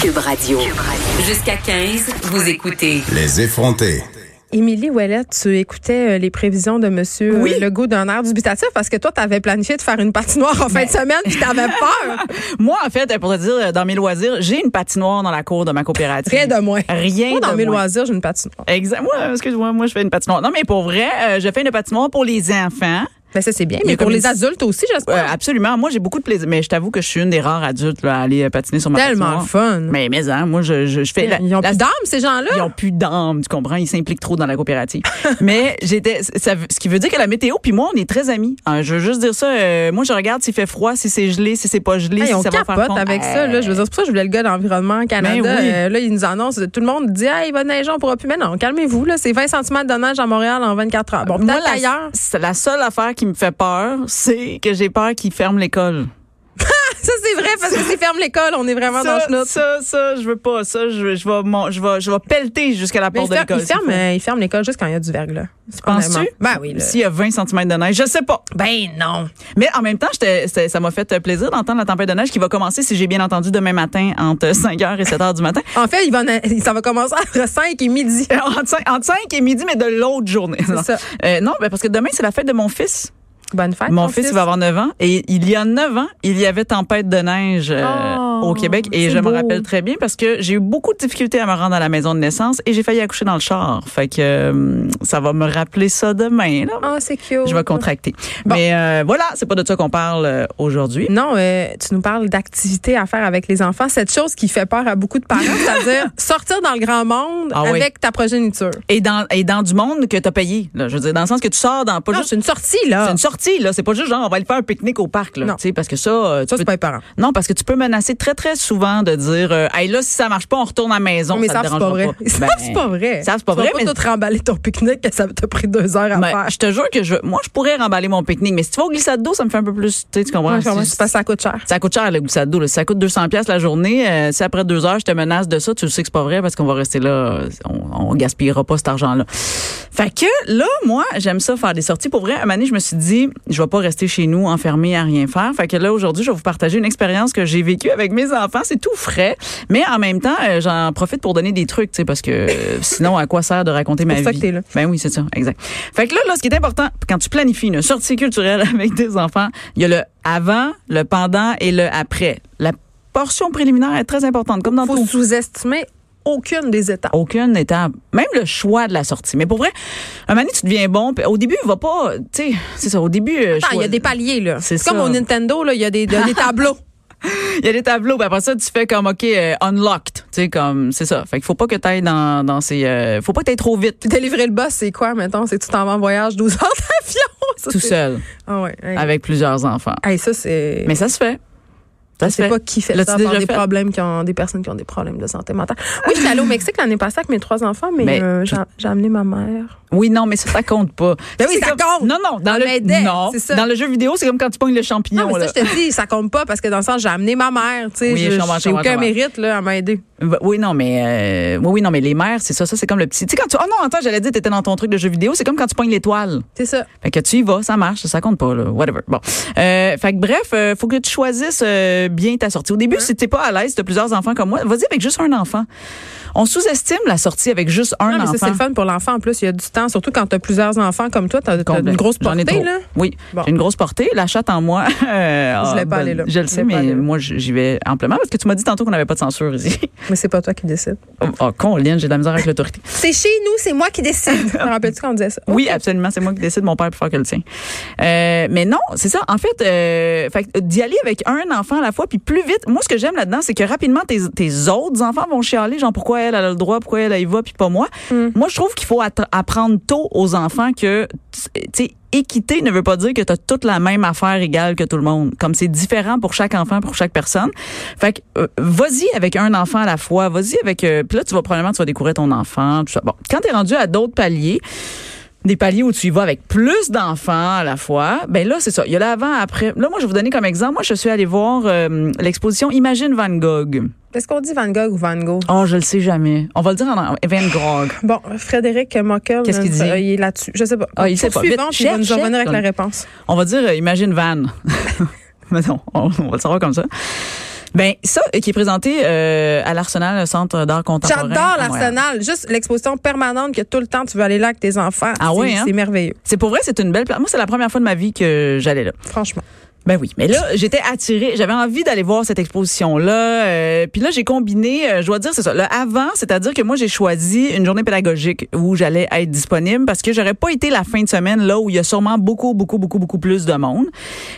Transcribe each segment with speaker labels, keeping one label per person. Speaker 1: Cube Radio. Jusqu'à 15, vous écoutez
Speaker 2: Les effronter.
Speaker 3: Émilie Ouellet, tu écoutais euh, les prévisions de Monsieur
Speaker 4: Oui.
Speaker 3: euh, Legault d'un air dubitatif parce que toi, tu avais planifié de faire une patinoire en
Speaker 4: Ben.
Speaker 3: fin de semaine puis tu avais peur.
Speaker 4: Moi, en fait, pour te dire, dans mes loisirs, j'ai une patinoire dans la cour de ma coopérative.
Speaker 3: Rien de moins.
Speaker 4: Rien
Speaker 3: Moi, dans
Speaker 4: de
Speaker 3: mes
Speaker 4: moins.
Speaker 3: loisirs, j'ai une patinoire.
Speaker 4: Exact. Moi, excuse-moi, moi, je fais une patinoire. Non, mais pour vrai, euh, je fais une patinoire pour les enfants.
Speaker 3: Mais Ben, ça, c'est bien.
Speaker 4: Il y a
Speaker 3: Mais pour
Speaker 4: comme
Speaker 3: les
Speaker 4: une-
Speaker 3: adultes aussi,
Speaker 4: Ouais,
Speaker 3: j'espère.
Speaker 4: absolument. Moi, j'ai beaucoup de plaisir. Mais je t'avoue que je suis une des rares adultes là, à aller euh, patiner sur ma
Speaker 3: Tellement
Speaker 4: patinoire.
Speaker 3: fun.
Speaker 4: Mais, mais, hein, moi, je, je, je fais. la-
Speaker 3: ils ont
Speaker 4: la-
Speaker 3: plus d'âme, ces gens-là.
Speaker 4: Ils ont plus d'âme, tu comprends? Ils s'impliquent trop dans la coopérative. Mais j'étais, ça, veut- ce qui veut dire que la météo, puis moi, on est très amis. Hein, je veux juste dire ça. euh, moi, je regarde s'il fait froid, si c'est gelé, si c'est pas gelé,
Speaker 3: Hey,
Speaker 4: si
Speaker 3: on
Speaker 4: ça va faire
Speaker 3: Ah, capote
Speaker 4: con-
Speaker 3: avec ça. Là. Je veux dire, c'est pour ça que je voulais le gars d'Environnement Canada.
Speaker 4: Ben oui.
Speaker 3: Euh, là, il nous annonce, tout le monde dit, ah, il va neiger, on pourra plus. Mais non, calmez-vous. là. C'est 20 cm de neige à Montréal en 24 heures. Bon,
Speaker 4: Moi,
Speaker 3: peut-être
Speaker 4: la-
Speaker 3: ailleurs.
Speaker 4: c'est La seule affaire qui me fait peur, c'est que j'ai peur qu'ils ferment l'école.
Speaker 3: Ça, c'est vrai parce que s'ils ferment l'école, on est vraiment dans
Speaker 4: Ça,
Speaker 3: le chenoute.
Speaker 4: ça, ça, je veux pas. Ça, je, je vais, mon- je vais, je vais pelleter jusqu'à la
Speaker 3: Mais
Speaker 4: porte
Speaker 3: Ben, il
Speaker 4: de
Speaker 3: ferme,
Speaker 4: l'école.
Speaker 3: il ferme, euh, il ferme l'école juste quand il y a du verglas.
Speaker 4: Penses-tu?
Speaker 3: Ben oui. là.
Speaker 4: Euh, S'il y a 20 cm de neige, je sais pas.
Speaker 3: Ben non.
Speaker 4: Mais en même temps, j'étais- c'était- ça m'a fait plaisir d'entendre la tempête de neige qui va commencer, si j'ai bien entendu, demain matin entre 5h et 7h du matin.
Speaker 3: En fait, il va, na- ça va commencer entre 5 et midi.
Speaker 4: Entre 5, et midi, mais de l'autre journée. Non,
Speaker 3: ça.
Speaker 4: Euh, non, ben, parce que demain, c'est la fête de mon fils.
Speaker 3: Bonne fête.
Speaker 4: Mon
Speaker 3: ton
Speaker 4: fils, il va avoir 9 ans et il y a 9 ans, il y avait tempête de neige euh,
Speaker 3: Oh,
Speaker 4: au Québec et
Speaker 3: c'est
Speaker 4: je
Speaker 3: beau.
Speaker 4: me rappelle très bien parce que j'ai eu beaucoup de difficultés à me rendre à la maison de naissance et j'ai failli accoucher dans le char. Fait que euh, ça va me rappeler ça demain là.
Speaker 3: Ah, c'est cute.
Speaker 4: Je vais contracter.
Speaker 3: Bon.
Speaker 4: Mais euh, voilà, c'est pas de ça qu'on parle euh, aujourd'hui.
Speaker 3: Non, euh, tu nous parles d'activités à faire avec les enfants. Cette chose qui fait peur à beaucoup de parents, c'est-à-dire sortir dans le grand monde
Speaker 4: Ah oui.
Speaker 3: avec ta progéniture.
Speaker 4: Et dans et dans du monde que t'as payé. Là, je veux dire, dans le sens que tu sors dans pas
Speaker 3: Non,
Speaker 4: juste.
Speaker 3: c'est une sortie, là.
Speaker 4: C'est une sortie là. C'est pas juste genre on va aller faire un pique-nique au parc là.
Speaker 3: Non.
Speaker 4: Tu sais, parce que ça, euh, tu
Speaker 3: Ça,
Speaker 4: peux-
Speaker 3: c'est pas les parents.
Speaker 4: Non, parce que tu peux menacer très, très souvent de dire euh, Hey, là, si ça marche pas, on retourne à la maison.
Speaker 3: mais
Speaker 4: ça,
Speaker 3: ça,
Speaker 4: te
Speaker 3: c'est pas
Speaker 4: dérangera
Speaker 3: vrai.
Speaker 4: pas.
Speaker 3: Ça,
Speaker 4: Ben,
Speaker 3: c'est pas vrai.
Speaker 4: ça, c'est pas
Speaker 3: Tu vas
Speaker 4: vrai, mais-
Speaker 3: pas tout remballer ton pique-nique que ça t'a pris deux heures à
Speaker 4: ben,
Speaker 3: faire.
Speaker 4: je te jure que je, moi, je pourrais remballer mon pique-nique, mais si tu vas au glissade d'eau, ça me fait un peu plus. Tu sais, tu comprends?
Speaker 3: Ouais, sûrement,
Speaker 4: Si-
Speaker 3: c'est parce que ça coûte cher.
Speaker 4: ça coûte cher, le glissade d'eau. là. Ça coûte 200$ piastres la journée. Euh, si après deux heures, je te menace de ça, tu le sais que c'est pas vrai parce qu'on va rester là. euh, On, on gaspillera pas cet argent-là. Fait que là, moi, j'aime ça faire des sorties. Pour vrai, un moment donné, je me suis dit, je vais pas rester chez nous enfermé à rien faire. Fait que là, aujourd'hui, je vais vous partager une expérience que j'ai vécue avec mes enfants. C'est tout frais. Mais en même temps, euh, j'en profite pour donner des trucs, tu sais, parce que euh, sinon, à quoi sert de raconter ma
Speaker 3: pour ça
Speaker 4: vie?
Speaker 3: que t'es là.
Speaker 4: Ben oui, c'est ça, exact. Fait que là, là, ce qui est important, quand tu planifies une sortie culturelle avec des enfants, il y a le avant, le pendant et le après. La portion préliminaire est très importante, comme dans
Speaker 3: Faut
Speaker 4: tout.
Speaker 3: sous-estimer aucune des étapes.
Speaker 4: Aucune étape, même le choix de la sortie. Mais pour vrai, un moment donné, tu deviens bon. puis Au début, il va pas, tu sais, c'est ça. Au début, euh,
Speaker 3: Attends, Ah, il y a
Speaker 4: choisis-
Speaker 3: des paliers, là.
Speaker 4: C'est
Speaker 3: C'est comme
Speaker 4: ça.
Speaker 3: au Nintendo, là, il y a des, il y a des tableaux.
Speaker 4: il y a des tableaux. Puis après ça, tu fais comme ok, euh, unlocked, tu sais, comme c'est ça. Fait qu'il faut pas que t'ailles dans dans ces, euh, faut pas que t'ailles trop vite,
Speaker 3: Puis délivrer le boss, c'est quoi, mettons? C'est tu t'en vas en voyage 12 heures d'avion? Ça,
Speaker 4: tout
Speaker 3: c'est-
Speaker 4: seul,
Speaker 3: Ah ouais. hey.
Speaker 4: avec plusieurs enfants.
Speaker 3: Hey, ça, c'est.
Speaker 4: Mais ça se fait. Ça se
Speaker 3: C'est
Speaker 4: fait.
Speaker 3: pas qui fait
Speaker 4: L'as-tu
Speaker 3: ça, à part
Speaker 4: déjà
Speaker 3: des
Speaker 4: fait?
Speaker 3: problèmes qui ont des personnes qui ont des problèmes de santé mentale. Oui, j'étais allée au Mexique l'année passée avec mes trois enfants, mais,
Speaker 4: Mais-
Speaker 3: euh, j'ai j'ai amené ma mère.
Speaker 4: Oui, non, mais ça, ça compte pas.
Speaker 3: Ben oui,
Speaker 4: C'est
Speaker 3: ça
Speaker 4: comme-
Speaker 3: compte.
Speaker 4: Non, non, dans
Speaker 3: Ça
Speaker 4: le,
Speaker 3: m'aidait,
Speaker 4: non,
Speaker 3: c'est ça.
Speaker 4: dans le jeu vidéo, c'est comme quand tu pognes le champignon.
Speaker 3: Non, Ah, mais
Speaker 4: là.
Speaker 3: ça, je te dis, ça compte pas parce que dans le sens, j'ai amené ma mère, tu sais.
Speaker 4: Oui,
Speaker 3: je-
Speaker 4: je comprends, je
Speaker 3: j'ai
Speaker 4: comprends, je
Speaker 3: aucun
Speaker 4: comprends.
Speaker 3: mérite, là, à m'aider.
Speaker 4: V- Bah, Oui, non, mais euh, oui, oui, non, mais les mères, c'est ça, ça, c'est comme le petit. Tu sais, quand tu. Oh non, attends, j'allais dire, t'étais dans ton truc de jeu vidéo, c'est comme quand tu pognes l'étoile.
Speaker 3: C'est ça.
Speaker 4: Fait que tu y vas, ça marche, ça compte pas, là, whatever. Bon. Euh, fait que bref, euh, faut que tu choisisses euh, bien ta sortie. Au début, si t'es pas à l'aise, t'as plusieurs enfants comme moi, vas-y avec juste un enfant. On sous-estime la sortie avec juste un
Speaker 3: Non, mais
Speaker 4: enfant.
Speaker 3: ça, c'est le fun pour l'enfant. En plus, il y a du temps, surtout quand t'as plusieurs enfants comme toi, t'as t'as une grosse
Speaker 4: J'en ai
Speaker 3: portée,
Speaker 4: trop.
Speaker 3: là.
Speaker 4: Oui,
Speaker 3: Bon.
Speaker 4: j'ai une grosse portée. La chatte en moi. euh,
Speaker 3: Je
Speaker 4: ah,
Speaker 3: voulais pas aller là.
Speaker 4: Je le
Speaker 3: Je
Speaker 4: sais,
Speaker 3: voulais pas aller
Speaker 4: mais
Speaker 3: là.
Speaker 4: moi, j- j'y vais amplement parce que tu m'as dit tantôt qu'on n'avait pas de censure ici.
Speaker 3: Mais c'est pas toi qui décides.
Speaker 4: Oh, oh Colin, j'ai de la misère avec l'autorité.
Speaker 3: C'est chez nous, c'est moi qui décide. Te rappelles-tu quand on disait ça?
Speaker 4: Oui, absolument. C'est moi qui décide. Mon père est plus fort que le tien. Euh, mais non, c'est ça. En fait, euh, fait que d'y aller avec un enfant à la fois, puis plus vite. Moi, ce que j'aime là-dedans, c'est que rapidement, tes, tes autres enfants vont chialer, genre pourquoi elle, elle a le droit, pourquoi elle, elle y va, puis pas moi. Moi, je trouve qu'il faut attra- apprendre tôt aux enfants que, tu sais, équité ne veut pas dire que tu as toute la même affaire égale que tout le monde. Comme c'est différent pour chaque enfant, pour chaque personne. Fait que, euh, vas-y avec un enfant à la fois. Vas-y avec... euh, puis là, tu vas probablement, tu vas découvrir ton enfant, tout ça. Bon, quand t'es rendu à d'autres paliers, des paliers où tu y vas avec plus d'enfants à la fois, ben là, c'est ça. Il y a l'avant, après. Là, moi, je vais vous donner comme exemple. Moi, je suis allée voir euh, l'exposition Imagine Van Gogh.
Speaker 3: Est-ce qu'on dit Van Gogh ou Van Gogh?
Speaker 4: Oh, je le sais jamais. On va le dire en en- Van Gogh.
Speaker 3: Bon, Frédéric Mockel,
Speaker 4: Qu'est-ce qu'il dit?
Speaker 3: euh, Il est là-dessus. Je sais pas.
Speaker 4: Ah, il sait pas.
Speaker 3: Poursuivons,
Speaker 4: Vite,
Speaker 3: puis il va
Speaker 4: cherche,
Speaker 3: nous en revenir avec
Speaker 4: cherche.
Speaker 3: la réponse.
Speaker 4: On va dire euh, Imagine Van. Mais non, on, on va le savoir comme ça. Ben ça euh, qui est présenté euh, à l'Arsenal, le centre d'art contemporain.
Speaker 3: J'adore
Speaker 4: à Montréal.
Speaker 3: l'Arsenal. Juste l'exposition permanente que tout le temps tu veux aller là avec tes enfants.
Speaker 4: Ah
Speaker 3: C'est-
Speaker 4: ouais, hein?
Speaker 3: C'est merveilleux,
Speaker 4: C'est pour vrai, c'est une belle place. Moi, c'est la première fois de ma vie que j'allais là.
Speaker 3: franchement.
Speaker 4: Ben oui, mais là, j'étais attirée, j'avais envie d'aller voir cette exposition-là. euh, Puis là, j'ai combiné, euh, je dois dire, c'est ça, le avant, c'est-à-dire que moi, j'ai choisi une journée pédagogique où j'allais être disponible parce que j'aurais pas été la fin de semaine là où il y a sûrement beaucoup, beaucoup, beaucoup, beaucoup plus de monde.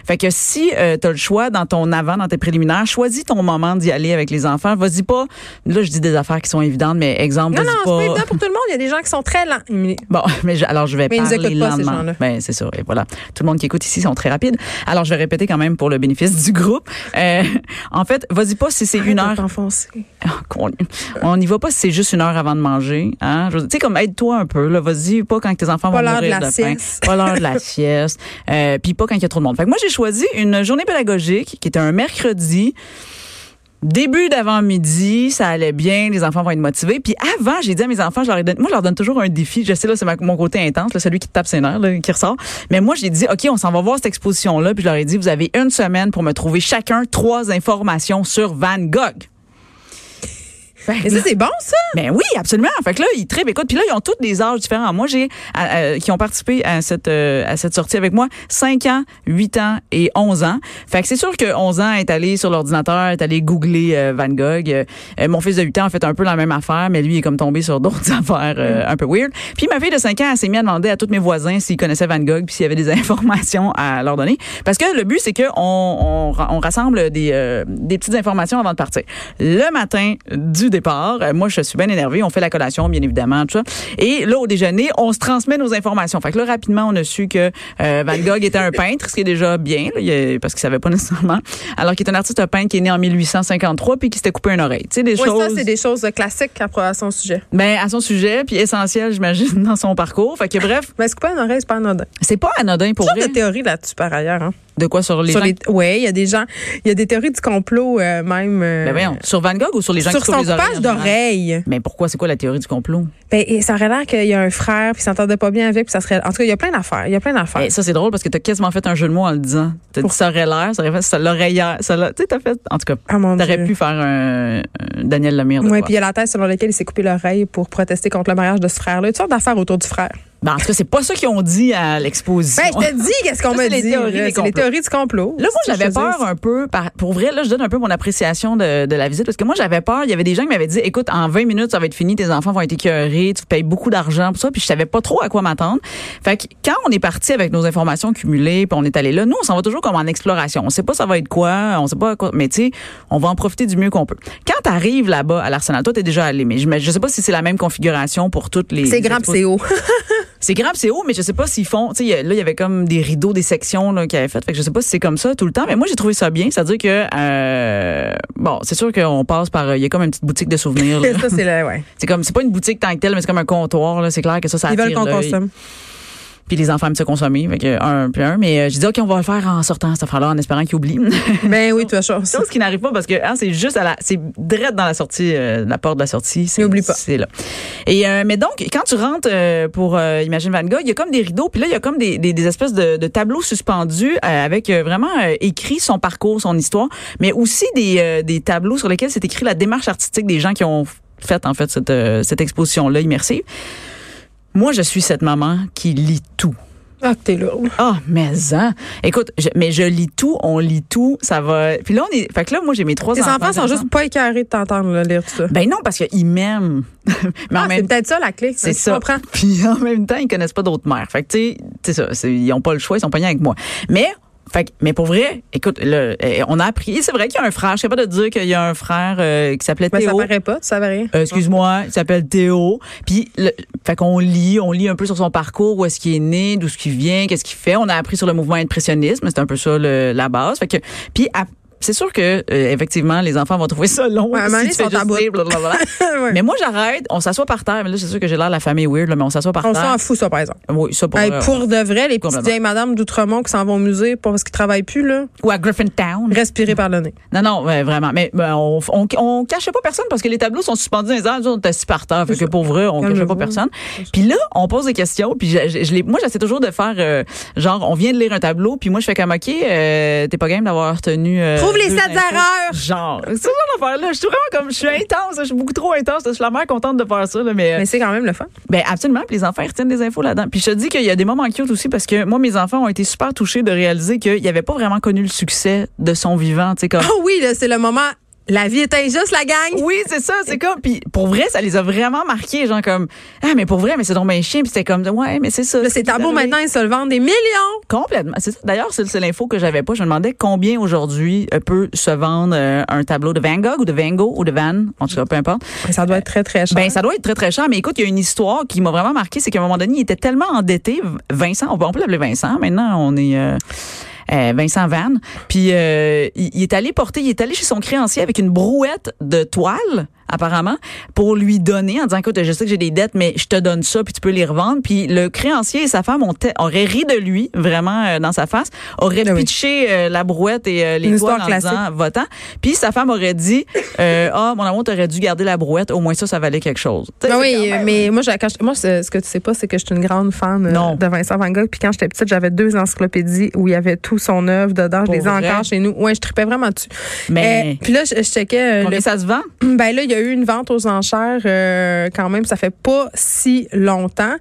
Speaker 4: Fait que si euh, t'as le choix dans ton avant, dans tes préliminaires, choisis ton moment d'y aller avec les enfants. Vas-y pas, là, je dis des affaires qui sont évidentes, mais exemple,
Speaker 3: Non, non,
Speaker 4: vas-y
Speaker 3: c'est pas évident pour tout le monde. Il y a des gens qui sont très lents. Émilie.
Speaker 4: Bon, mais je- alors je vais
Speaker 3: Mais ils nous
Speaker 4: parler
Speaker 3: écoutent pas, ces
Speaker 4: lentement.
Speaker 3: gens-là.
Speaker 4: ben c'est sûr. Et voilà, tout le monde qui écoute ici sont très rapides. Alors je vais répéter quand même pour le bénéfice du groupe. Euh, en fait, vas-y pas si c'est une
Speaker 3: Arrête de
Speaker 4: heure.
Speaker 3: t'enfoncer.
Speaker 4: qu'on- On n'y va pas si c'est juste une heure avant de manger. Hein? Je veux dire, Tu sais comme aide-toi un peu. Là, vas-y pas quand tes enfants
Speaker 3: Pas
Speaker 4: vont
Speaker 3: l'heure de
Speaker 4: mourir
Speaker 3: la
Speaker 4: de faim.
Speaker 3: sieste.
Speaker 4: Pas l'heure de la sieste. Euh, Puis pas quand il y a trop de monde. Fait que moi j'ai choisi une journée pédagogique qui était un mercredi. Début d'avant-midi, ça allait bien, les enfants vont être motivés. Puis avant, j'ai dit à mes enfants, je leur ai donné, moi, je leur donne toujours un défi. Je sais, là, c'est ma- mon côté intense, là, celui qui te tape ses nerfs, là, qui ressort. Mais moi, j'ai dit, OK, on s'en va voir cette exposition-là. Puis je leur ai dit, vous avez une semaine pour me trouver chacun trois informations sur Van Gogh. Fait que
Speaker 3: Mais ça, c'est bon, ça?
Speaker 4: ben oui, absolument. Fait que là, ils trippent. Écoute, puis là, ils ont tous des âges différents. Moi, j'ai euh, euh, qui ont participé à cette euh, à cette sortie avec moi, 5 ans, 8 ans et 11 ans. Fait que c'est sûr que 11 ans est allé sur l'ordinateur, est allé googler euh, Van Gogh. Euh, euh, mon fils de 8 ans a fait un peu la même affaire, mais lui il est comme tombé sur d'autres affaires euh, un peu weird. Puis ma fille de 5 ans, elle s'est mise à demander à tous mes voisins s'ils connaissaient Van Gogh, puis s'il y avait des informations à leur donner. Parce que le but, c'est que on, on, ra- on rassemble des, euh, des petites informations avant de partir. Le matin du départ, euh, moi, je suis bien énervée. On fait la collation, bien évidemment, tout ça. Et là, au déjeuner, on se transmet nos informations. Fait que là, rapidement, on a su que euh, Van Gogh était un peintre, ce qui est déjà bien, là, il y a- parce qu'il savait pas nécessairement. Alors qu'il est un artiste peintre qui est né en 1853 puis qui s'était coupé une oreille. Tu sais, des
Speaker 3: Oui, ça,
Speaker 4: choses.
Speaker 3: c'est des choses classiques à à son sujet.
Speaker 4: Ben, à son sujet, puis essentiel, j'imagine, dans son parcours. Fait que bref,
Speaker 3: Mais est-ce que pas une oreille, c'est pas anodin?
Speaker 4: c'est pas anodin pour
Speaker 3: Genre
Speaker 4: vrai.
Speaker 3: de théorie là-dessus, par ailleurs. Hein?
Speaker 4: De quoi sur les
Speaker 3: Sur
Speaker 4: gens-
Speaker 3: les- ouais, il y a des gens, il y a des théories du complot euh, même euh,
Speaker 4: Ben voyons, sur Van Gogh ou sur les gens
Speaker 3: sur
Speaker 4: qui coupent
Speaker 3: son
Speaker 4: les oreilles?
Speaker 3: coupage
Speaker 4: en général?
Speaker 3: d'oreille.
Speaker 4: Mais pourquoi? C'est quoi la théorie du complot?
Speaker 3: Ben, et ça aurait l'air qu'il y a un frère puis il s'entendait pas bien avec puis ça serait. En tout cas, il y a plein d'affaires. Il y a plein d'affaires.
Speaker 4: Eh, ça, c'est drôle parce que t'as quasiment fait un jeu de mots en le disant. T'as dit ça aurait l'air, ça aurait fait ça l'oreillère, ça l'a- Tu sais, t'as fait. En tout cas,
Speaker 3: Ah, mon
Speaker 4: t'aurais
Speaker 3: Dieu.
Speaker 4: pu faire un, un Daniel Lemire de
Speaker 3: Ouais,
Speaker 4: quoi.
Speaker 3: puis il y a la thèse selon laquelle il s'est coupé l'oreille pour protester contre le mariage de ce frère-là. Il y a Toutes sortes d'affaires autour du frère.
Speaker 4: Ben, en tout cas, c'est pas ça qu'ils ont dit à l'exposition.
Speaker 3: Ben, je te dis qu'est-ce qu'on
Speaker 4: Ça,
Speaker 3: me
Speaker 4: c'est les
Speaker 3: dit.
Speaker 4: théories
Speaker 3: là.
Speaker 4: des
Speaker 3: C'est les
Speaker 4: complots.
Speaker 3: théories du complot.
Speaker 4: Là, moi,
Speaker 3: Si
Speaker 4: j'avais
Speaker 3: je te dis.
Speaker 4: peur hein. un peu, par, pour vrai, là, je donne un peu mon appréciation de, de la visite, parce que moi, j'avais peur, il y avait des gens qui m'avaient dit, écoute, en 20 minutes, ça va être fini, tes enfants vont être écœurés, tu payes beaucoup d'argent pour ça, puis je savais pas trop à quoi m'attendre. Fait que quand on est parti avec nos informations cumulées, puis on est allé là, nous, on s'en va toujours comme en exploration. On sait pas ça va être quoi, on sait pas à quoi, mais tu sais, on va en profiter du mieux qu'on peut. Quand t'arrives là-bas, à l'Arsenal, toi, t'es déjà allé, mais je, me- je sais pas si c'est la même configuration pour toutes les...
Speaker 3: C'est grand, puis c'est haut.
Speaker 4: C'est grave, c'est haut, mais je sais pas s'ils font. Tu sais, il y a- là, il y avait comme des rideaux, des sections là, qu'ils avaient faites. Fait que je sais pas si c'est comme ça tout le temps. Mais moi, j'ai trouvé ça bien. C'est-à-dire que euh, bon, c'est sûr qu'on passe par. euh, Il y a comme une petite boutique de souvenirs. là.
Speaker 3: ça, c'est là, ouais.
Speaker 4: c'est comme, c'est pas une boutique tant que telle, mais c'est comme un comptoir. Là. C'est clair que ça, ça
Speaker 3: Ils veulent
Speaker 4: attire
Speaker 3: qu'on
Speaker 4: l'œil.
Speaker 3: consomme.
Speaker 4: Puis les enfants aiment se consommer. Fait que un puis un. Mais euh, j'ai dit ok, on va le faire en sortant cette affaire-là, en espérant qu'ils oublient.
Speaker 3: Ben oui, tu as chance.
Speaker 4: Chose qui n'arrive pas parce que hein, c'est juste à la, c'est direct dans la sortie, euh, la porte de la sortie. C'est-
Speaker 3: N'oublie pas.
Speaker 4: C'est là. Et euh, mais donc quand tu rentres euh, pour euh, Imagine Van Gogh, il y a comme des rideaux, puis là il y a comme des, des, des espèces de, de tableaux suspendus euh, avec euh, vraiment euh, écrit son parcours, son histoire, mais aussi des, euh, des tableaux sur lesquels c'est écrit la démarche artistique des gens qui ont fait en fait cette, euh, cette exposition là immersive. Moi, je suis cette maman qui lit tout.
Speaker 3: Ah, que t'es lourde.
Speaker 4: Ah, mais hein. Écoute, je- mais je lis tout, on lit tout, ça va. Puis là, on est. Fait que là, moi, j'ai mes trois
Speaker 3: Tes
Speaker 4: enfants.
Speaker 3: enfants sont juste pas écœurés de t'entendre là, lire tout ça.
Speaker 4: Ben non, parce qu'ils m'aiment. mais
Speaker 3: Ah,
Speaker 4: en
Speaker 3: c'est
Speaker 4: même temps.
Speaker 3: peut-être ça la clé.
Speaker 4: C'est
Speaker 3: Je
Speaker 4: ça.
Speaker 3: comprends.
Speaker 4: Puis en même temps, ils connaissent pas d'autres mères. Fait que tu sais, c'est ça, c'est- ils ont pas le choix, ils sont pognés avec moi. Mais fait que- mais pour vrai, écoute, là, eh, on a appris. C'est vrai qu'il y a un frère. Je suis capable de dire qu'il y a un frère euh, qui s'appelait
Speaker 3: Ben, ça
Speaker 4: Théo.
Speaker 3: paraît pas, tu savais rien.
Speaker 4: Euh, excuse-moi, il s'appelle Théo. Puis, le- fait qu'on lit, on lit un peu sur son parcours, où est-ce qu'il est né, d'où ce qu'il vient, qu'est-ce qu'il fait. On a appris sur le mouvement impressionnisme, c'est un peu ça le- la base. Fait que, puis à- c'est sûr que euh, effectivement, les enfants vont trouver ça long.
Speaker 3: Ouais, à un moment donné,
Speaker 4: tu
Speaker 3: ils
Speaker 4: fais
Speaker 3: sont
Speaker 4: juste
Speaker 3: à bout.
Speaker 4: lire, blablabla.
Speaker 3: Ouais.
Speaker 4: Mais moi, j'arrête, on s'assoit par terre. Mais là, c'est sûr que j'ai l'air de la famille weird, là, mais on s'assoit par
Speaker 3: On
Speaker 4: terre.
Speaker 3: s'en fout, ça, par exemple.
Speaker 4: Oui, ça pour,
Speaker 3: Hey,
Speaker 4: euh,
Speaker 3: pour de vrai, les petites
Speaker 4: complètement. Hum.
Speaker 3: vieilles madames d'Outremont qui s'en vont au musée pas parce qu'ils travaillent plus, là,
Speaker 4: ou à Griffintown.
Speaker 3: respirer par le nez.
Speaker 4: Non, non, ouais, vraiment. Mais ben, on, on, on cachait pas personne parce que les tableaux sont suspendus dans les airs. Nous, On était assis par terre. Fait que pour vrai, on cachait pas
Speaker 3: Calmez-vous.
Speaker 4: personne. Puis là, on pose des questions. Puis je, je- je les- moi, j'essaie toujours de faire euh, genre, on vient de lire un tableau. Puis moi, je fais comme, OK, euh, t'es pas game d'avoir tenu. euh,
Speaker 3: Trouve J'ouvre les
Speaker 4: deux
Speaker 3: sept
Speaker 4: infos.
Speaker 3: erreurs.
Speaker 4: Genre. C'est ça l'affaire-là. Je suis vraiment comme, je suis intense, je suis beaucoup trop intense. Je suis la mère contente de faire ça, là, mais.
Speaker 3: Mais c'est quand même le fun.
Speaker 4: Ben absolument, puis les enfants ils retiennent des infos là-dedans. Puis je te dis qu'il y a des moments cute aussi parce que moi mes enfants ont été super touchés de réaliser qu'ils n'avaient pas vraiment connu le succès de son vivant, tu sais comme.
Speaker 3: Ah oui, là, c'est le moment. La vie est injuste, la gang.
Speaker 4: Oui, c'est ça, c'est comme puis pour vrai, ça les a vraiment marqués, genre comme ah mais pour vrai, mais c'est donc bien chien, puis c'était comme ouais, mais c'est ça.
Speaker 3: Là,
Speaker 4: ce qui
Speaker 3: c'est
Speaker 4: est
Speaker 3: tabou
Speaker 4: arrivé.
Speaker 3: maintenant, ils se le vendent des millions.
Speaker 4: Complètement. C'est ça. D'ailleurs, c'est c'est l'info que j'avais pas. Je me demandais combien aujourd'hui euh, peut se vendre euh, un tableau de Van Gogh ou de Van Gogh ou de Van, en tout cas peu importe.
Speaker 3: Ça doit être très, très cher.
Speaker 4: Ben, ça doit être très, très cher. Mais écoute, il y a une histoire qui m'a vraiment marqué. C'est qu'à un moment donné, il était tellement endetté. Vincent, on peut, on peut l'appeler Vincent. Maintenant, on est. euh, euh, Vincent Van, puis euh, il, il est allé porter, il est allé chez son créancier avec une brouette de toile apparemment pour lui donner en disant écoute je sais que j'ai des dettes mais je te donne ça puis tu peux les revendre puis le créancier et sa femme ont te- auraient ri de lui vraiment euh, dans sa face auraient
Speaker 3: Ah oui.
Speaker 4: pitché euh, la brouette et euh, les
Speaker 3: Une
Speaker 4: toiles
Speaker 3: histoire
Speaker 4: en
Speaker 3: classique.
Speaker 4: disant votant puis sa femme aurait dit euh, ah mon amour t'aurais dû garder la brouette au moins ça ça valait quelque chose Tu sais,
Speaker 3: Ben
Speaker 4: c'est
Speaker 3: oui,
Speaker 4: quand même-
Speaker 3: mais moi, j'ai- quand je- moi, ce ce que tu sais pas, c'est que je suis une grande fan euh,
Speaker 4: Non.
Speaker 3: de Vincent Van Gogh. Puis quand j'étais petite, j'avais deux encyclopédies où il y avait tout son œuvre dedans. Je
Speaker 4: Pour
Speaker 3: les ai
Speaker 4: vrai?
Speaker 3: encore chez nous. Ouais, je tripais vraiment dessus.
Speaker 4: Mais-
Speaker 3: Euh, puis là, je, je checkais. euh,
Speaker 4: Combien
Speaker 3: le-
Speaker 4: ça se vend
Speaker 3: ben là, il y a eu une vente aux enchères euh, quand même. Ça fait pas si longtemps.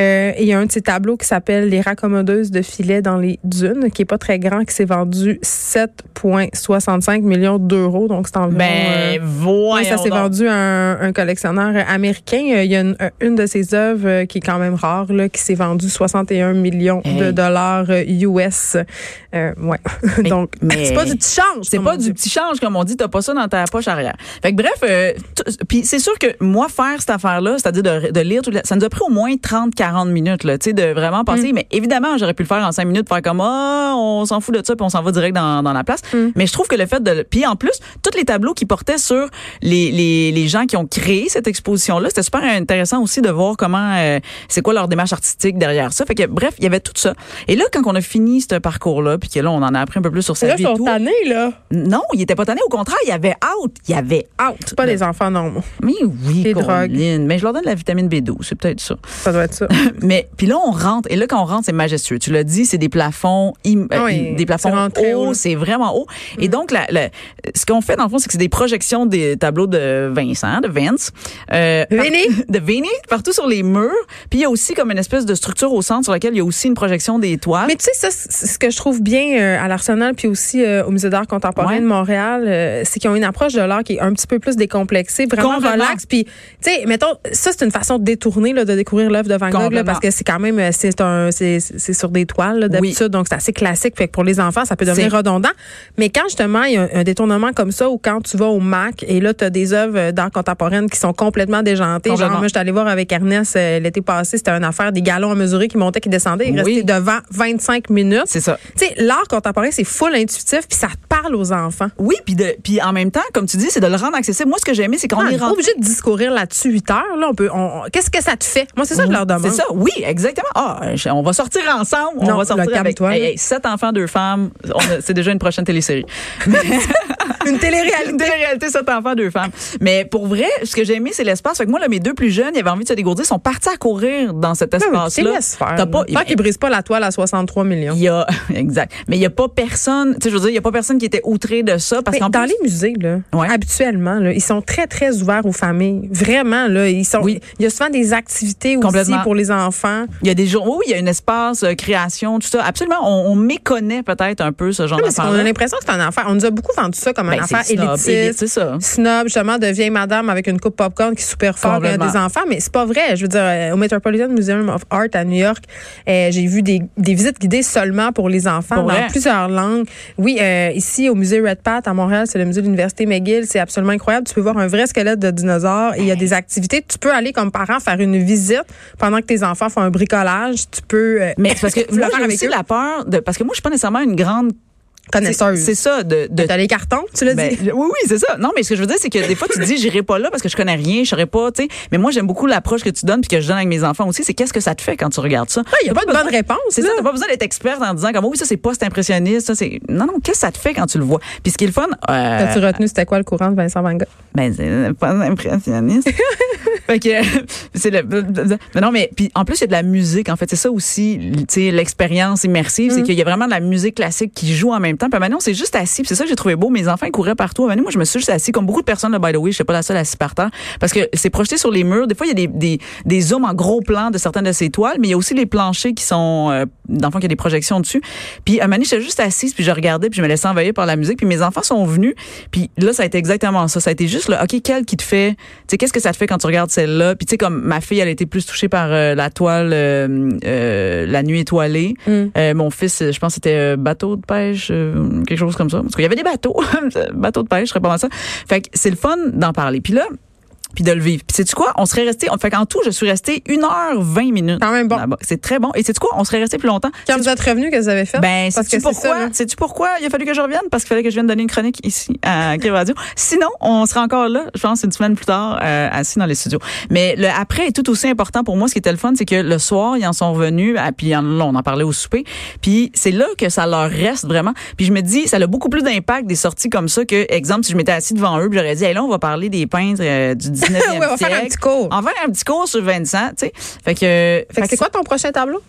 Speaker 3: Euh, et il y a un de ces tableaux qui s'appelle Les raccommodeuses de filets dans les dunes, qui est pas très grand, qui s'est vendu 7,65 millions d'euros. Donc c'est environ. euh,
Speaker 4: Ben voyons
Speaker 3: oui, ça s'est
Speaker 4: donc.
Speaker 3: vendu à un, un collectionneur américain. Euh, Il y a une, une de ses œuvres euh, qui est quand même rare, là, qui s'est vendue 61 millions de
Speaker 4: Hey.
Speaker 3: dollars euh, US. Euh, ouais.
Speaker 4: Mais-
Speaker 3: Donc,
Speaker 4: mais-
Speaker 3: c'est pas du petit change.
Speaker 4: C'est
Speaker 3: comme
Speaker 4: pas
Speaker 3: on
Speaker 4: du
Speaker 3: dit.
Speaker 4: petit change, comme on dit, t'as pas ça dans ta poche arrière. Fait que bref, euh, tout- puis c'est sûr que moi, faire cette affaire-là, c'est-à-dire de, de lire, tout le- ça nous a pris au moins 30-40 minutes, là, tu sais, de vraiment penser.
Speaker 3: Mm.
Speaker 4: Mais évidemment, j'aurais pu le faire en 5 minutes, faire comme, ah, on s'en fout de ça, puis on s'en va direct dans, dans la place.
Speaker 3: Mm.
Speaker 4: Mais je trouve que le fait de... Puis en plus, tous les tableaux qui portaient sur les, les, les gens qui ont créé cette exposition-là, c'était super intéressant aussi de voir comment, euh, c'est quoi leur démarche artistique derrière ça. Fait que bref, il y avait tout ça. Et là, quand on a fini ce parcours-là, puis que là, on en a appris un peu plus sur sa
Speaker 3: Là,
Speaker 4: vie
Speaker 3: ils
Speaker 4: et
Speaker 3: sont
Speaker 4: tout,
Speaker 3: tannés, là.
Speaker 4: non, il était pas tanné. Au contraire, il y avait out. Il y avait out.
Speaker 3: C'est pas les enfants normaux.
Speaker 4: Mais oui,
Speaker 3: Les
Speaker 4: Caroline. Mais je leur donne la vitamine B12, c'est peut-être ça.
Speaker 3: Ça doit être ça.
Speaker 4: Mais puis là, on rentre. Et là, quand on rentre, c'est majestueux. Tu l'as dit, c'est des plafonds, im- euh,
Speaker 3: Oui,
Speaker 4: im- des
Speaker 3: c'est Mm.
Speaker 4: plafonds
Speaker 3: vraiment très haut,
Speaker 4: hauts,
Speaker 3: là.
Speaker 4: c'est vraiment haut. Et donc, la- la- ce qu'on fait dans le fond, c'est que c'est des projections des tableaux de Vincent, de Vince, euh, par-
Speaker 3: Vinny?
Speaker 4: de Vinny, partout sur les murs. Puis il y a aussi comme une espèce de structure au centre sur laquelle il y a aussi une projection des toiles.
Speaker 3: Mais tu sais, ça, c'est ce que je trouve bien euh, à l'Arsenal, puis aussi euh, au Musée d'art contemporain
Speaker 4: Ouais.
Speaker 3: de Montréal, euh, c'est qu'ils ont une approche de l'art qui est un petit peu plus décomplexée, vraiment
Speaker 4: Complètement.
Speaker 3: relax. Puis, tu sais, mettons, ça, c'est une façon détournée là, de découvrir l'œuvre de Van Gogh, là,
Speaker 4: Complètement.
Speaker 3: parce que c'est quand même, euh, c'est un, c'est c'est sur des toiles là, d'habitude, donc c'est assez classique. Fait que pour les enfants, ça peut devenir
Speaker 4: C'est-
Speaker 3: redondant. Mais quand justement, il y a un, un détournement comme ça, ou quand tu vas au MAC, et là, tu as des œuvres d'art contemporaine qui sont complètement déjantées. Genre,
Speaker 4: Complètement.
Speaker 3: moi, je suis allée voir avec Ernest euh, l'été passé, c'était une affaire des galons à mesurer qui montaient, qui descendaient. Il
Speaker 4: Oui.
Speaker 3: restait devant 25 minutes.
Speaker 4: C'est ça.
Speaker 3: Tu sais, l'art contemporain, c'est full intuitif, puis ça te parle aux enfants.
Speaker 4: Oui, puis de- puis en même temps, comme tu dis, c'est de le rendre accessible. Moi, ce que j'ai aimé, c'est qu'on
Speaker 3: Ah, On
Speaker 4: est
Speaker 3: n'est pas
Speaker 4: rentré.
Speaker 3: obligé de discourir là-dessus 8 heures. Là, on peut, on- on- Qu'est-ce que ça te fait? Moi, c'est ça que je leur demande.
Speaker 4: C'est ça, oui, exactement. Ah, je- on va sortir ensemble.
Speaker 3: Non,
Speaker 4: on va sortir
Speaker 3: là,
Speaker 4: avec
Speaker 3: calme-toi, là.
Speaker 4: Hey, hey, sept enfants, deux femmes. On a- C'est déjà une prochaine télésérie.
Speaker 3: Une télé-réalité.
Speaker 4: Une réalité, sept enfants, deux femmes. Mais pour vrai, ce que j'ai aimé, c'est l'espace. Fait que moi, là, mes deux plus jeunes, ils avaient envie de se dégourdir, sont partis à courir dans
Speaker 3: Ah
Speaker 4: cet
Speaker 3: Tu
Speaker 4: espace-là.
Speaker 3: laisses faire.
Speaker 4: T'as pas.
Speaker 3: Tant qu'ils brisent pas la toile à 63 millions.
Speaker 4: il y a exact mais il y a pas personne tu sais je veux dire il y a pas personne qui était outré de ça parce
Speaker 3: Mais
Speaker 4: qu'en
Speaker 3: dans
Speaker 4: plus-
Speaker 3: les musées, là,
Speaker 4: Ouais.
Speaker 3: habituellement, là, ils sont très, très ouverts aux familles. Vraiment, là, ils sont.
Speaker 4: Oui.
Speaker 3: Il y a souvent des activités aussi
Speaker 4: Complètement.
Speaker 3: pour les enfants.
Speaker 4: Il y a des jours, oui, oui, il y a un espace euh, création, tout ça. Absolument, on, on méconnaît peut-être un peu ce genre
Speaker 3: Non, Ah, mais c'est qu'on a
Speaker 4: d'affaires.
Speaker 3: l'impression que c'est un affaire. On nous a beaucoup vendu ça comme un
Speaker 4: Ben, c'est
Speaker 3: affaire
Speaker 4: snob,
Speaker 3: élitiste.
Speaker 4: élite, c'est ça.
Speaker 3: Snob, justement, de vieille madame avec une coupe popcorn qui super fort euh,
Speaker 4: Complètement.
Speaker 3: des enfants. Mais c'est pas vrai. Je veux dire, euh, au Metropolitan Museum of Art à New York, euh, j'ai vu des, des visites guidées seulement pour les enfants
Speaker 4: Pour
Speaker 3: dans
Speaker 4: vrai?
Speaker 3: plusieurs langues. Oui, euh, ici, au musée Red Pat à Montréal, c'est le musée de l'Université McGill. C'est absolument incroyable. Tu peux voir un vrai squelette de dinosaure. et Il y a des activités. Tu peux aller comme parent faire une visite pendant que tes enfants font un bricolage. Tu peux. euh,
Speaker 4: Mais c'est parce que
Speaker 3: Tu
Speaker 4: moi,
Speaker 3: l'as fait
Speaker 4: j'ai
Speaker 3: avec
Speaker 4: aussi
Speaker 3: eux?
Speaker 4: la peur de parce que moi je suis pas nécessairement une grande
Speaker 3: Connaisseuse.
Speaker 4: C'est c'est ça de, de
Speaker 3: T'as les cartons, tu l'as
Speaker 4: Ben,
Speaker 3: dit.
Speaker 4: oui, oui, c'est ça. Non, mais ce que je veux dire, c'est que des fois, tu te dis, j'irai pas là parce que je connais rien, je saurais pas, tu sais. Mais moi, j'aime beaucoup l'approche que tu donnes puis que je donne avec mes enfants aussi. C'est qu'est-ce que ça te fait quand tu regardes ça?
Speaker 3: Ah, Il n'y a
Speaker 4: T'as
Speaker 3: pas de
Speaker 4: besoin-
Speaker 3: bonne réponse.
Speaker 4: C'est
Speaker 3: là.
Speaker 4: ça, t'as pas besoin d'être experte en disant comme, oh oui, ça, c'est pas, c'est impressionniste, ça, c'est. Non, non, qu'est-ce que ça te fait quand tu le vois? Puis ce qui est le fun, euh,
Speaker 3: T'as-tu retenu c'était quoi le courant de Vincent Van Gogh?
Speaker 4: ben, c'est pas impressionniste. fait que euh, c'est le mais non mais puis en plus il y a de la musique en fait c'est ça aussi tu sais l'expérience immersive c'est qu'il y a vraiment de la musique classique qui joue en même temps puis maintenant c'est juste assis puis c'est ça que j'ai trouvé beau mes enfants ils couraient partout maintenant moi je me suis juste assis comme beaucoup de personnes là, by the way je suis pas la seule assise par terre parce que c'est projeté sur les murs des fois il y a des, des des zooms en gros plan de certaines de ces toiles mais il y a aussi les planchers qui sont euh, dans le fond qu'il y a des projections dessus puis un moment j'étais juste assise puis je regardais puis je me laissais envahir par la musique puis mes enfants sont venus puis là ça a été exactement ça ça a été juste là OK quelle qui te fait tu sais qu'est-ce que ça te fait quand tu regardes celle-là puis tu sais comme ma fille elle a été plus touchée par euh, la toile euh, euh, la nuit étoilée Euh, mon fils euh, je pense que c'était euh, bateau de pêche euh, quelque chose comme ça en tout cas il y avait des bateaux bateau de pêche je serais pas mal ça fait que c'est le fun d'en parler puis là puis de le vivre. Puis sais-tu quoi? On serait resté, en fait qu'en tout, je suis restée 1h20 minutes.
Speaker 3: Quand même Ah, bon.
Speaker 4: là-bas. C'est très bon. Et sais-tu quoi? On serait resté plus longtemps.
Speaker 3: Quand vous êtes revenu que vous avez fait?
Speaker 4: Ben,
Speaker 3: parce que
Speaker 4: sais-tu
Speaker 3: c'est ça.
Speaker 4: pourquoi?
Speaker 3: là.
Speaker 4: Sais-tu pourquoi il a fallu que je revienne? Parce qu'il fallait que je vienne donner une chronique ici à Cube Radio. Sinon, on serait encore là, je pense, une semaine plus tard, euh, assis dans les studios. Mais le après est tout aussi important pour moi. Ce qui était le fun, c'est que le soir, ils en sont revenus, ah, puis en- là, on en parlait au souper. Puis c'est là que ça leur reste vraiment. Puis je me dis, ça a beaucoup plus d'impact des sorties comme ça que, exemple, si je m'étais assis devant eux, puis j'aurais dit, hey, là, on va parler des peintres euh, du 19e
Speaker 3: Ouais, on va faire un
Speaker 4: siècle.
Speaker 3: petit cours.
Speaker 4: On va faire un petit cours sur Vincent, tu sais. Fait que, fait
Speaker 3: Fait que
Speaker 4: que
Speaker 3: c'est quoi ton prochain tableau?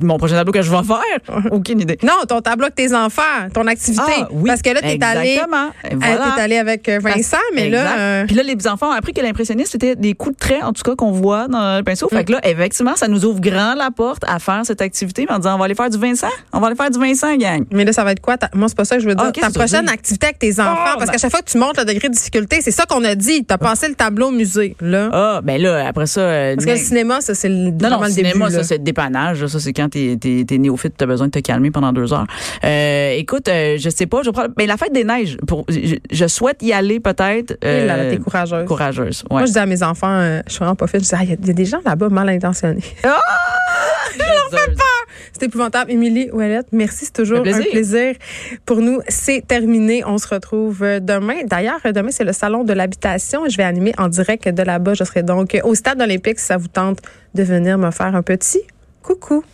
Speaker 4: mon prochain tableau que je vais faire? Aucune idée.
Speaker 3: Non, ton tableau avec tes enfants, ton activité.
Speaker 4: Ah, oui,
Speaker 3: Parce que là, t'es allé,
Speaker 4: exactement. Et
Speaker 3: euh,
Speaker 4: voilà.
Speaker 3: t'es allé avec euh, Vincent, mais
Speaker 4: Exact.
Speaker 3: là, euh,
Speaker 4: Puis là, les enfants ont appris que l'impressionniste, c'était des coups de trait, en tout cas, qu'on voit dans le pinceau.
Speaker 3: Mm.
Speaker 4: Fait que là, effectivement, ça nous ouvre grand la porte à faire cette activité mais en disant, on va aller faire du Vincent. On va aller faire du Vincent, gang.
Speaker 3: mais là, ça va être quoi? ta- Moi, c'est pas ça que je veux dire.
Speaker 4: Ah, ok,
Speaker 3: Ta
Speaker 4: c'est
Speaker 3: prochaine
Speaker 4: ça.
Speaker 3: activité avec tes enfants, parce
Speaker 4: ben-
Speaker 3: qu'à chaque fois que tu montes le degré de difficulté, c'est ça qu'on a dit. T'as passé le tableau au musée, là.
Speaker 4: Ah, ben là, après ça. euh,
Speaker 3: parce que le
Speaker 4: next.
Speaker 3: cinéma, ça, c'est le-
Speaker 4: Non,
Speaker 3: vraiment
Speaker 4: non,
Speaker 3: le
Speaker 4: le
Speaker 3: début.
Speaker 4: cinéma,
Speaker 3: là.
Speaker 4: ça, c'est le dépannage. là. Ça, c'est quand t'es, t'es, t'es néophyte, t'as besoin de te calmer pendant deux heures. Euh, écoute, euh, je sais pas, je prends, mais la fête des neiges, pour, je, je souhaite y aller peut-être. euh,
Speaker 3: Eh là là, t'es courageuse.
Speaker 4: Courageuse, ouais.
Speaker 3: Moi, je dis à mes enfants, euh, je suis vraiment pas fine. Je dis, Ah, il y, a- il y a des gens là-bas mal intentionnés. C'est épouvantable. Émilie Ouellette, merci. C'est toujours
Speaker 4: Un plaisir.
Speaker 3: un plaisir. Pour nous, c'est terminé. On se retrouve euh, demain. D'ailleurs, euh, demain, c'est le Salon de l'habitation. Je vais animer en direct de là-bas. Je serai donc euh, au Stade olympique si ça vous tente de venir me faire un petit coucou.